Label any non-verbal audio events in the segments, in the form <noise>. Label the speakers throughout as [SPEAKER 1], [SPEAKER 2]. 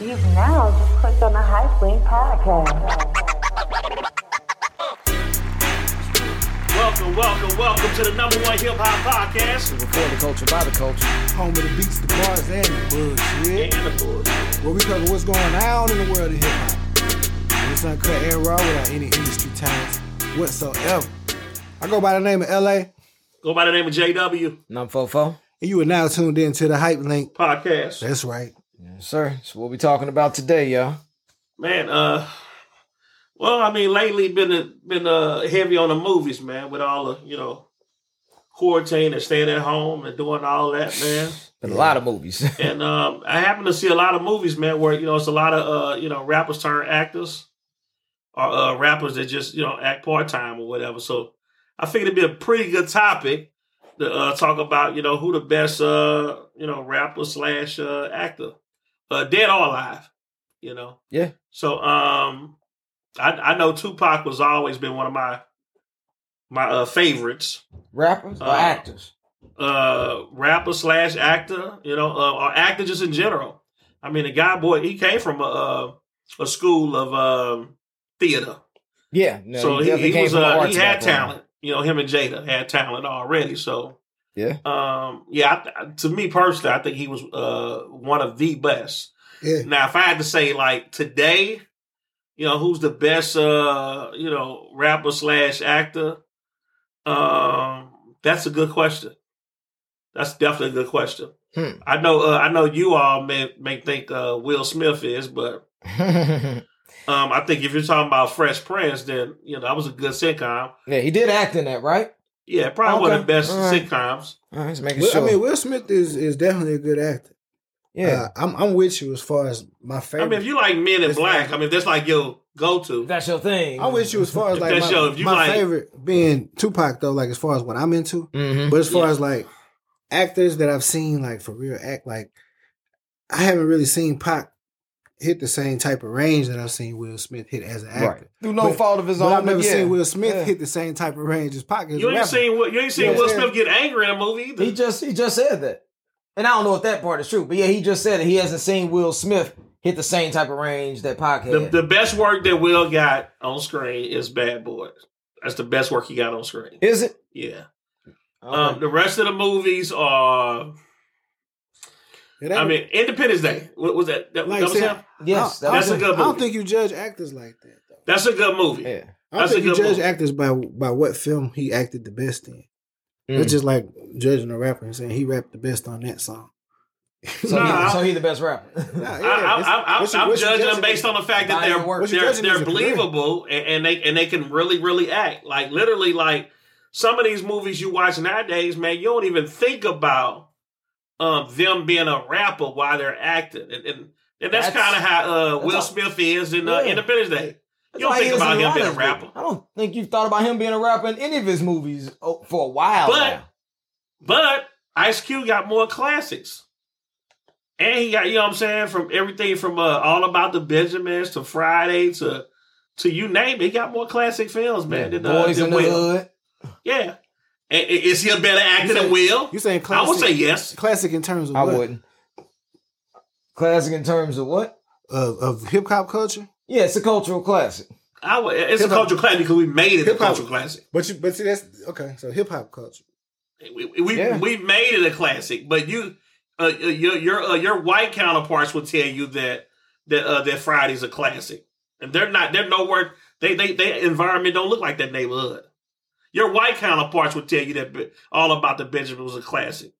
[SPEAKER 1] You've now just clicked on the High Flame Podcast.
[SPEAKER 2] Welcome, welcome, welcome to the number one hip hop podcast.
[SPEAKER 3] For the culture, by the culture.
[SPEAKER 4] Home of the beats, the bars, and the bullshit.
[SPEAKER 2] And of course,
[SPEAKER 4] Where we cover what's going on in the world of hip hop. And It's uncut and raw without any industry ties whatsoever. I go by the name of LA, and
[SPEAKER 2] go by the name of JW
[SPEAKER 3] Num fofo.
[SPEAKER 4] you are now tuned in to the Hype Link.
[SPEAKER 2] Podcast.
[SPEAKER 4] That's right.
[SPEAKER 3] Yes, sir. So what we talking about today, y'all?
[SPEAKER 2] Man, uh, well, I mean, lately been been uh heavy on the movies, man, with all the you know quarantine and staying at home and doing all that, man.
[SPEAKER 3] Been a lot of movies. <laughs>
[SPEAKER 2] And um, I happen to see a lot of movies, man, where you know it's a lot of uh, you know rappers turn actors, or uh, rappers that just you know act part time or whatever. So I figured it'd be a pretty good topic to uh, talk about, you know, who the best uh, you know rapper slash uh, actor, uh, dead or alive, you know.
[SPEAKER 3] Yeah.
[SPEAKER 2] So um, I I know Tupac was always been one of my my uh, favorites
[SPEAKER 3] Rappers or
[SPEAKER 2] Uh,
[SPEAKER 3] actors?
[SPEAKER 2] uh rapper slash actor, you know, uh, or actor just in general. I mean, the guy boy, he came from a uh, a, a school of um, theater,
[SPEAKER 3] Yeah. No,
[SPEAKER 2] so he,
[SPEAKER 3] definitely
[SPEAKER 2] he
[SPEAKER 3] came
[SPEAKER 2] was
[SPEAKER 3] from an
[SPEAKER 2] uh,
[SPEAKER 3] arts
[SPEAKER 2] he had
[SPEAKER 3] background.
[SPEAKER 2] talent. You know, him and Jada had talent already. So
[SPEAKER 3] Yeah.
[SPEAKER 2] um, yeah, I, I- to me personally, I think he was uh one of the best.
[SPEAKER 4] Yeah.
[SPEAKER 2] Now, if I had to say like today, you know, who's the best uh, you know, rapper slash actor? Um, that's a good question. That's definitely a good question.
[SPEAKER 3] Hmm.
[SPEAKER 2] I know uh, I know you all may may think uh Will Smith is, but um I think if you're talking about Fresh Prince, then you know, that was a good sitcom.
[SPEAKER 3] <laughs> yeah, he did act in that, right?
[SPEAKER 2] Yeah, probably one of the
[SPEAKER 3] Okay.
[SPEAKER 2] best
[SPEAKER 3] All right.
[SPEAKER 2] sitcoms.
[SPEAKER 3] All right, just making
[SPEAKER 4] Will-
[SPEAKER 3] sure.
[SPEAKER 4] I mean, Will Smith is, is definitely a good actor.
[SPEAKER 3] yeah.
[SPEAKER 4] Uh, I'm, I'm with you as far as my
[SPEAKER 2] I
[SPEAKER 4] favorite.
[SPEAKER 2] mean, if you like Men in
[SPEAKER 4] It's
[SPEAKER 2] Black,
[SPEAKER 4] like-
[SPEAKER 2] I mean, that's like your go to.
[SPEAKER 3] that's your thing.
[SPEAKER 4] I'm with you
[SPEAKER 3] <laughs>
[SPEAKER 4] as far as like
[SPEAKER 2] That's
[SPEAKER 4] my,
[SPEAKER 2] your- if you
[SPEAKER 4] my
[SPEAKER 2] like-
[SPEAKER 4] favorite being Tupac though, like as far as what I'm into.
[SPEAKER 3] Mhm.
[SPEAKER 4] But as far
[SPEAKER 2] Yeah.
[SPEAKER 4] as like actors that I've seen, like for real act, like I haven't really seen Pac hit the same type of range that I've seen Will Smith hit as an actor.
[SPEAKER 3] Right. Through no fault of his
[SPEAKER 4] But
[SPEAKER 3] own.
[SPEAKER 4] I've
[SPEAKER 3] but
[SPEAKER 4] never
[SPEAKER 3] yeah.
[SPEAKER 4] seen Will Smith
[SPEAKER 3] Yeah.
[SPEAKER 4] hit the same type of range as Pac. As
[SPEAKER 2] You
[SPEAKER 4] a
[SPEAKER 2] ain't
[SPEAKER 4] rapper.
[SPEAKER 2] seen Will- you ain't seen
[SPEAKER 4] Yeah.
[SPEAKER 2] Will Smith get angry in a movie either.
[SPEAKER 3] He just he just said that, and I don't know if that part is true, but yeah, he just said it. He hasn't seen Will Smith hit the same type of range that Pac had.
[SPEAKER 2] the, the best work that Will got on screen is Bad Boys. That's the best work he got on screen.
[SPEAKER 3] is it?
[SPEAKER 2] Yeah. Um, the rest of the movies are.
[SPEAKER 4] It
[SPEAKER 2] I
[SPEAKER 4] ain't-
[SPEAKER 2] mean, Independence Day. What was that? That,
[SPEAKER 4] Like
[SPEAKER 2] that was
[SPEAKER 4] I said-
[SPEAKER 2] him?
[SPEAKER 3] yes,
[SPEAKER 4] I don't-
[SPEAKER 3] that was
[SPEAKER 2] that's a
[SPEAKER 3] it.
[SPEAKER 2] good
[SPEAKER 4] I don't
[SPEAKER 2] movie.
[SPEAKER 4] think you judge actors like that. Though.
[SPEAKER 2] That's a good movie. <laughs>
[SPEAKER 3] Yeah.
[SPEAKER 4] I don't
[SPEAKER 2] That's a
[SPEAKER 4] think you
[SPEAKER 2] good
[SPEAKER 4] judge
[SPEAKER 2] movie.
[SPEAKER 4] actors by by what film he acted the best in.
[SPEAKER 3] Mm.
[SPEAKER 4] It's just like judging a rapper and saying he rapped the best on that song.
[SPEAKER 3] So,
[SPEAKER 2] Nah,
[SPEAKER 3] he,
[SPEAKER 2] I-
[SPEAKER 3] so he the best
[SPEAKER 2] <laughs>
[SPEAKER 3] rapper. <laughs>
[SPEAKER 4] Nah,
[SPEAKER 2] I,
[SPEAKER 4] yeah, it's-
[SPEAKER 2] I, I,
[SPEAKER 4] what you-
[SPEAKER 2] I'm
[SPEAKER 4] what you
[SPEAKER 2] judging them based on the fact that
[SPEAKER 3] By your
[SPEAKER 2] they're
[SPEAKER 3] work.
[SPEAKER 4] What you
[SPEAKER 2] they're,
[SPEAKER 4] judging is
[SPEAKER 2] they're
[SPEAKER 4] a career.
[SPEAKER 2] believable and, and they and they can really really act like literally like some of these movies you watch nowadays, man, you don't even think about um them being a rapper while they're acting, and and, and that's,
[SPEAKER 3] That's-
[SPEAKER 2] kind of how uh,
[SPEAKER 3] that's
[SPEAKER 2] Will
[SPEAKER 3] all-
[SPEAKER 2] Smith is in uh,
[SPEAKER 3] Yeah.
[SPEAKER 2] Independence Day.
[SPEAKER 3] That's
[SPEAKER 2] You don't
[SPEAKER 3] why he
[SPEAKER 2] think
[SPEAKER 3] is
[SPEAKER 2] about
[SPEAKER 3] in
[SPEAKER 2] him
[SPEAKER 3] a lot
[SPEAKER 2] being a
[SPEAKER 3] of his
[SPEAKER 2] rapper.
[SPEAKER 3] movies. I don't think you've thought about him being a rapper in any of his movies oh, for a while.
[SPEAKER 2] But-
[SPEAKER 3] now.
[SPEAKER 2] But Ice Cube got more classics. And he got, you know what I'm saying, from everything from uh, All About the Benjamins to Friday to to you name it. He got more classic films, man,
[SPEAKER 3] Yeah,
[SPEAKER 2] than, uh,
[SPEAKER 3] Boys
[SPEAKER 2] than
[SPEAKER 3] in the
[SPEAKER 2] Will.
[SPEAKER 3] Hood.
[SPEAKER 2] Yeah. And, and is he a better actor
[SPEAKER 4] You
[SPEAKER 2] than
[SPEAKER 4] say-
[SPEAKER 2] Will?
[SPEAKER 4] You saying classic?
[SPEAKER 2] I would say yes.
[SPEAKER 4] classic in terms of
[SPEAKER 3] I
[SPEAKER 4] what?
[SPEAKER 3] wouldn't. Classic in terms of what?
[SPEAKER 4] of, of hip hop culture.
[SPEAKER 3] Yeah, it's a cultural classic.
[SPEAKER 2] I would, it's a
[SPEAKER 4] Hip-hop-
[SPEAKER 2] cultural classic because we made it a
[SPEAKER 4] Hip-hop-
[SPEAKER 2] cultural classic.
[SPEAKER 4] But you, but see, that's okay. So hip hop culture.
[SPEAKER 2] We we,
[SPEAKER 3] Yeah.
[SPEAKER 2] we made it a classic, but you uh, uh, your your uh, your white counterparts will tell you that that uh, that Friday's a classic, and they're not. They're nowhere. They they their environment don't look like that neighborhood. Your white counterparts would tell you that Be- all about the Benjamin was a classic.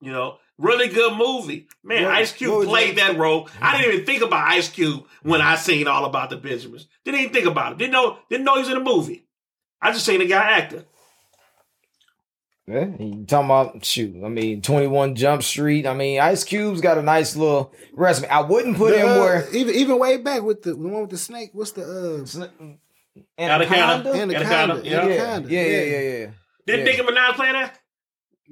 [SPEAKER 2] You know, really good movie, man.
[SPEAKER 4] What-
[SPEAKER 2] Ice
[SPEAKER 4] what
[SPEAKER 2] Cube
[SPEAKER 4] was
[SPEAKER 2] played that role. I didn't even think about Ice Cube when I seen all about the Benjamins. Didn't even think about it. Didn't know didn't know he was in a movie. I just seen the guy acting.
[SPEAKER 3] Yeah, you talking about shoot? I mean, Twenty One Jump Street. I mean, Ice Cube's got a nice little resume. I wouldn't put
[SPEAKER 4] The,
[SPEAKER 3] him
[SPEAKER 4] uh,
[SPEAKER 3] where
[SPEAKER 4] even even way back with the, the one with the snake. What's the
[SPEAKER 2] Anaconda.
[SPEAKER 4] uh,
[SPEAKER 3] Anaconda.
[SPEAKER 4] anaconda?
[SPEAKER 2] Anaconda, yeah.
[SPEAKER 3] Yeah, yeah, yeah, yeah.
[SPEAKER 2] Didn't
[SPEAKER 3] Yeah.
[SPEAKER 2] Nicki Minaj play that?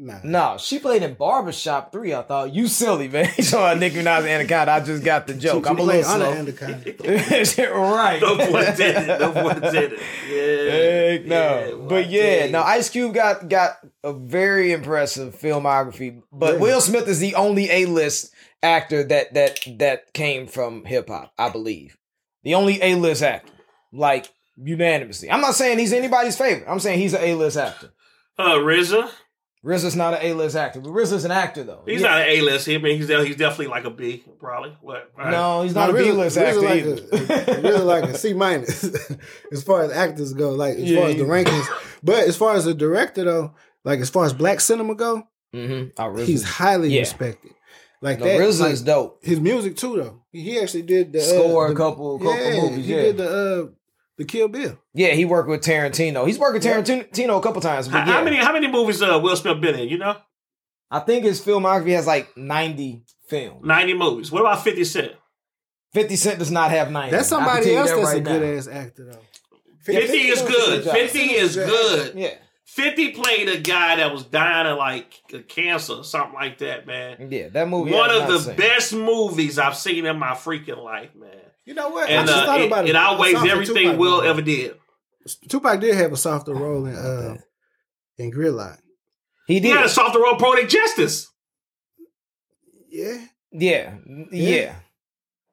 [SPEAKER 4] Nah.
[SPEAKER 3] No, she played in Barbershop 3. I thought, you silly, man. <laughs> so uh, Nicki Minaj Anaconda, I just got the joke.
[SPEAKER 4] She
[SPEAKER 3] I'm a
[SPEAKER 4] played
[SPEAKER 3] little slow.
[SPEAKER 4] Anaconda.
[SPEAKER 3] <laughs> right.
[SPEAKER 2] No one did it. No one did
[SPEAKER 3] <laughs>
[SPEAKER 2] it. Yeah.
[SPEAKER 3] Heck no.
[SPEAKER 2] well, I
[SPEAKER 3] but yeah,
[SPEAKER 2] did.
[SPEAKER 3] no, Ice Cube got got a very impressive filmography. But
[SPEAKER 4] Yeah.
[SPEAKER 3] Will Smith is the only A list actor that that that came from hip hop, I believe. The only A list actor. Like unanimously. I'm not saying he's anybody's favorite. I'm saying he's an A list actor.
[SPEAKER 2] Uh, RZA,
[SPEAKER 3] RZA's not an A list actor, but RZA's an actor though.
[SPEAKER 2] he's
[SPEAKER 3] Yeah.
[SPEAKER 2] not an A list. I mean, he's de- he's definitely like a B, probably. What? all right.
[SPEAKER 3] No, he's not
[SPEAKER 4] Nah,
[SPEAKER 3] a
[SPEAKER 4] really-
[SPEAKER 3] B list
[SPEAKER 4] really
[SPEAKER 3] actor
[SPEAKER 4] like
[SPEAKER 3] either. <laughs>
[SPEAKER 4] a- really like a C minus <laughs> as far as actors go, like as
[SPEAKER 3] Yeah,
[SPEAKER 4] far as the
[SPEAKER 3] he-
[SPEAKER 4] rankings. But as far as the director though, like as far as black cinema go,
[SPEAKER 3] Mhm. Oh, RZA.
[SPEAKER 4] he's highly
[SPEAKER 3] Yeah.
[SPEAKER 4] respected. Like
[SPEAKER 3] no,
[SPEAKER 4] that,
[SPEAKER 3] RZA
[SPEAKER 4] like,
[SPEAKER 3] is dope.
[SPEAKER 4] his music too though. He actually did the uh,
[SPEAKER 3] Score
[SPEAKER 4] the-
[SPEAKER 3] a couple couple
[SPEAKER 4] yeah,
[SPEAKER 3] movies.
[SPEAKER 4] He
[SPEAKER 3] yeah.
[SPEAKER 4] did the uh, the Kill Bill.
[SPEAKER 3] Yeah, he worked with Tarantino. He's worked with Tarantino a couple times. But
[SPEAKER 2] How,
[SPEAKER 3] yeah,
[SPEAKER 2] how many how many movies uh Will Smith been in? You know,
[SPEAKER 3] I think his filmography has like 90 films.
[SPEAKER 2] ninety movies. What about Fifty Cent?
[SPEAKER 3] 50 Cent does not have 90.
[SPEAKER 4] That's
[SPEAKER 3] I can tell
[SPEAKER 4] somebody
[SPEAKER 3] you
[SPEAKER 4] else
[SPEAKER 3] that
[SPEAKER 4] that's a
[SPEAKER 3] right
[SPEAKER 4] good
[SPEAKER 3] now.
[SPEAKER 4] ass actor though.
[SPEAKER 3] Yeah,
[SPEAKER 2] Fifty, is
[SPEAKER 3] does a
[SPEAKER 2] good.
[SPEAKER 3] job.
[SPEAKER 2] Fifty is
[SPEAKER 4] Yeah.
[SPEAKER 2] good.
[SPEAKER 3] Yeah.
[SPEAKER 2] Fifty played a guy that was dying of like c- cancer, or something like that, man.
[SPEAKER 3] Oh, Yeah, that movie.
[SPEAKER 2] One
[SPEAKER 3] I have
[SPEAKER 2] of
[SPEAKER 3] not
[SPEAKER 2] the
[SPEAKER 3] seen.
[SPEAKER 2] best movies I've seen in my freaking life, man.
[SPEAKER 4] You know what?
[SPEAKER 2] And
[SPEAKER 4] I just
[SPEAKER 2] uh,
[SPEAKER 4] thought
[SPEAKER 2] it,
[SPEAKER 4] about it.
[SPEAKER 2] it outweighs
[SPEAKER 4] Sounds like
[SPEAKER 2] everything
[SPEAKER 4] Tupac
[SPEAKER 2] Will
[SPEAKER 4] movie.
[SPEAKER 2] ever did.
[SPEAKER 4] Tupac did have a softer role in uh, in Gridlock.
[SPEAKER 3] He
[SPEAKER 2] He
[SPEAKER 3] did.
[SPEAKER 2] had a soft role pro justice.
[SPEAKER 4] Yeah,
[SPEAKER 3] Yeah. Yeah.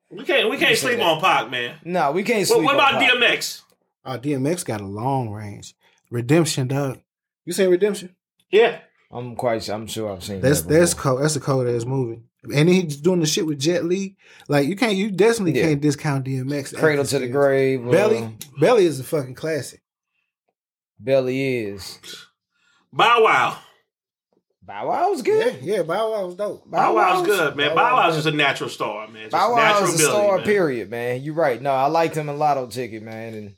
[SPEAKER 2] We can't we can't
[SPEAKER 3] say
[SPEAKER 2] sleep
[SPEAKER 3] that.
[SPEAKER 2] on Pac, man.
[SPEAKER 3] No, we can't
[SPEAKER 2] Well,
[SPEAKER 3] sleep
[SPEAKER 2] what
[SPEAKER 3] on
[SPEAKER 2] about
[SPEAKER 3] Pac.
[SPEAKER 2] DMX?
[SPEAKER 4] Oh, DMX got a long range. Redemption, dog. You seen Redemption?
[SPEAKER 2] Yeah.
[SPEAKER 3] I'm quite sure. I'm sure I've seen
[SPEAKER 4] That's
[SPEAKER 3] that
[SPEAKER 4] that's
[SPEAKER 3] before.
[SPEAKER 4] cold. That's a cold ass movie. And then he's doing the shit with Jet Li. Like you can't, you definitely
[SPEAKER 3] Yeah.
[SPEAKER 4] can't discount DMX.
[SPEAKER 3] Cradle to the Grave. uh,
[SPEAKER 4] Belly, Belly is a fucking classic.
[SPEAKER 3] Belly is.
[SPEAKER 2] Bow Wow.
[SPEAKER 3] Bow Wow was good.
[SPEAKER 4] Yeah, yeah. Bow Wow was dope.
[SPEAKER 2] Bow Wow's good, man. Bow Wow's
[SPEAKER 4] good.
[SPEAKER 2] just a natural star, man. Just
[SPEAKER 3] Bow Wow
[SPEAKER 2] natural
[SPEAKER 3] is a
[SPEAKER 2] ability,
[SPEAKER 3] star,
[SPEAKER 2] man.
[SPEAKER 3] period, man. You're right. No, I liked him in Lotto Ticket, man. And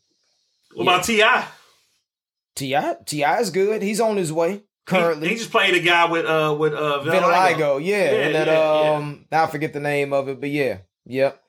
[SPEAKER 2] What about T.I.?
[SPEAKER 3] Ti Ti is good. He's on his way currently.
[SPEAKER 2] He, he just played a guy with uh with uh
[SPEAKER 3] Vitiligo,
[SPEAKER 2] Vitiligo.
[SPEAKER 3] yeah.
[SPEAKER 2] Yeah,
[SPEAKER 3] and that
[SPEAKER 2] yeah, yeah.
[SPEAKER 3] um, I forget the name of it, but yeah, <laughs> yep.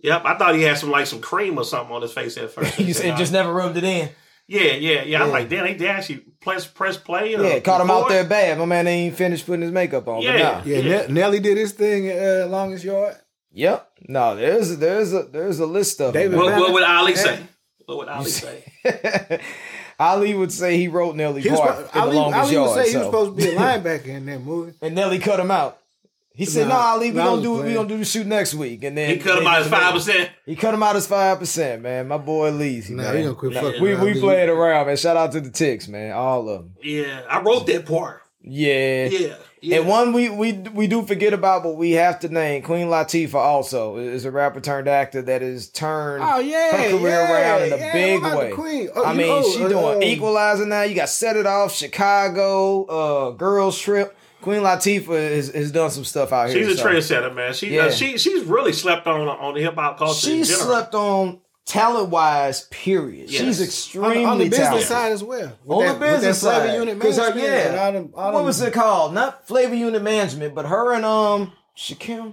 [SPEAKER 2] Yep, I thought he had some like some cream or something on his face at
[SPEAKER 3] <laughs>
[SPEAKER 2] first.
[SPEAKER 3] He just, it just never rubbed it in.
[SPEAKER 2] yeah, yeah, yeah. I'm
[SPEAKER 3] Yeah.
[SPEAKER 2] like, damn, they, they actually press press play. Or
[SPEAKER 3] Yeah, caught him out
[SPEAKER 2] record?
[SPEAKER 3] there bad. My man ain't finished putting his makeup on. Yeah.
[SPEAKER 2] Yeah.
[SPEAKER 3] But nah.
[SPEAKER 4] Yeah,
[SPEAKER 2] Yeah.
[SPEAKER 4] Ne- Nelly did his thing at uh, Longest Yard.
[SPEAKER 3] Yep. No, there's there's a there's a list of
[SPEAKER 4] David
[SPEAKER 3] them.
[SPEAKER 2] What, what would Ali say?
[SPEAKER 4] Yeah.
[SPEAKER 2] What would Ali say?
[SPEAKER 3] <laughs> Ali would say he wrote Nelly
[SPEAKER 4] He was,
[SPEAKER 3] Park in
[SPEAKER 4] Ali,
[SPEAKER 3] the longest
[SPEAKER 4] Ali
[SPEAKER 3] yard.
[SPEAKER 4] would say he
[SPEAKER 3] so.
[SPEAKER 4] was
[SPEAKER 3] <laughs>
[SPEAKER 4] supposed to be a linebacker in that movie.
[SPEAKER 3] and Nelly cut him out. He said, "No,
[SPEAKER 4] Nah,
[SPEAKER 3] Ali, we
[SPEAKER 4] nah, I
[SPEAKER 3] gonna
[SPEAKER 4] was
[SPEAKER 3] do we
[SPEAKER 4] playing.
[SPEAKER 3] gonna do the shoot next week." And then
[SPEAKER 2] He cut him out his five percent.
[SPEAKER 3] He cut him out his five percent, man. My boy Leezy,
[SPEAKER 4] Nah,
[SPEAKER 3] man.
[SPEAKER 4] we gonna quit fucking.
[SPEAKER 3] we
[SPEAKER 4] around,
[SPEAKER 3] we
[SPEAKER 4] dude.
[SPEAKER 3] played around, man. Shout out to the Ticks, man. All of them.
[SPEAKER 2] Yeah, I wrote that part.
[SPEAKER 3] Yeah.
[SPEAKER 2] Yeah, yeah.
[SPEAKER 3] And one we, we we do forget about, but we have to name Queen Latifah also is a rapper turned actor that is turned.
[SPEAKER 4] Oh yeah,
[SPEAKER 3] Her career
[SPEAKER 4] yeah,
[SPEAKER 3] around in a
[SPEAKER 4] yeah,
[SPEAKER 3] big
[SPEAKER 4] what about the
[SPEAKER 3] way.
[SPEAKER 4] Queen? Oh,
[SPEAKER 3] I
[SPEAKER 4] you
[SPEAKER 3] mean,
[SPEAKER 4] know,
[SPEAKER 3] she
[SPEAKER 4] uh,
[SPEAKER 3] doing
[SPEAKER 4] um,
[SPEAKER 3] Equalizer now. You got Set It Off, Chicago, uh, Girls Trip. Queen Latifah has, has done some stuff out here.
[SPEAKER 2] She's a
[SPEAKER 3] so.
[SPEAKER 2] trendsetter, man. She
[SPEAKER 3] Yeah.
[SPEAKER 2] uh, she she's really slept on on the hip hop culture.
[SPEAKER 3] She
[SPEAKER 2] in general.
[SPEAKER 3] slept on talent wise. Period.
[SPEAKER 2] Yes.
[SPEAKER 3] She's
[SPEAKER 2] On the-
[SPEAKER 4] on,
[SPEAKER 3] extremely
[SPEAKER 4] the- on the business
[SPEAKER 3] talented.
[SPEAKER 4] side as well. With
[SPEAKER 3] on the
[SPEAKER 4] that- with
[SPEAKER 3] business
[SPEAKER 4] that uh, flavor
[SPEAKER 3] side,
[SPEAKER 4] unit
[SPEAKER 3] 'Cause her-
[SPEAKER 4] management and all them- all
[SPEAKER 3] what
[SPEAKER 4] them-
[SPEAKER 3] was it called? Not flavor unit management, but her and um Shakim,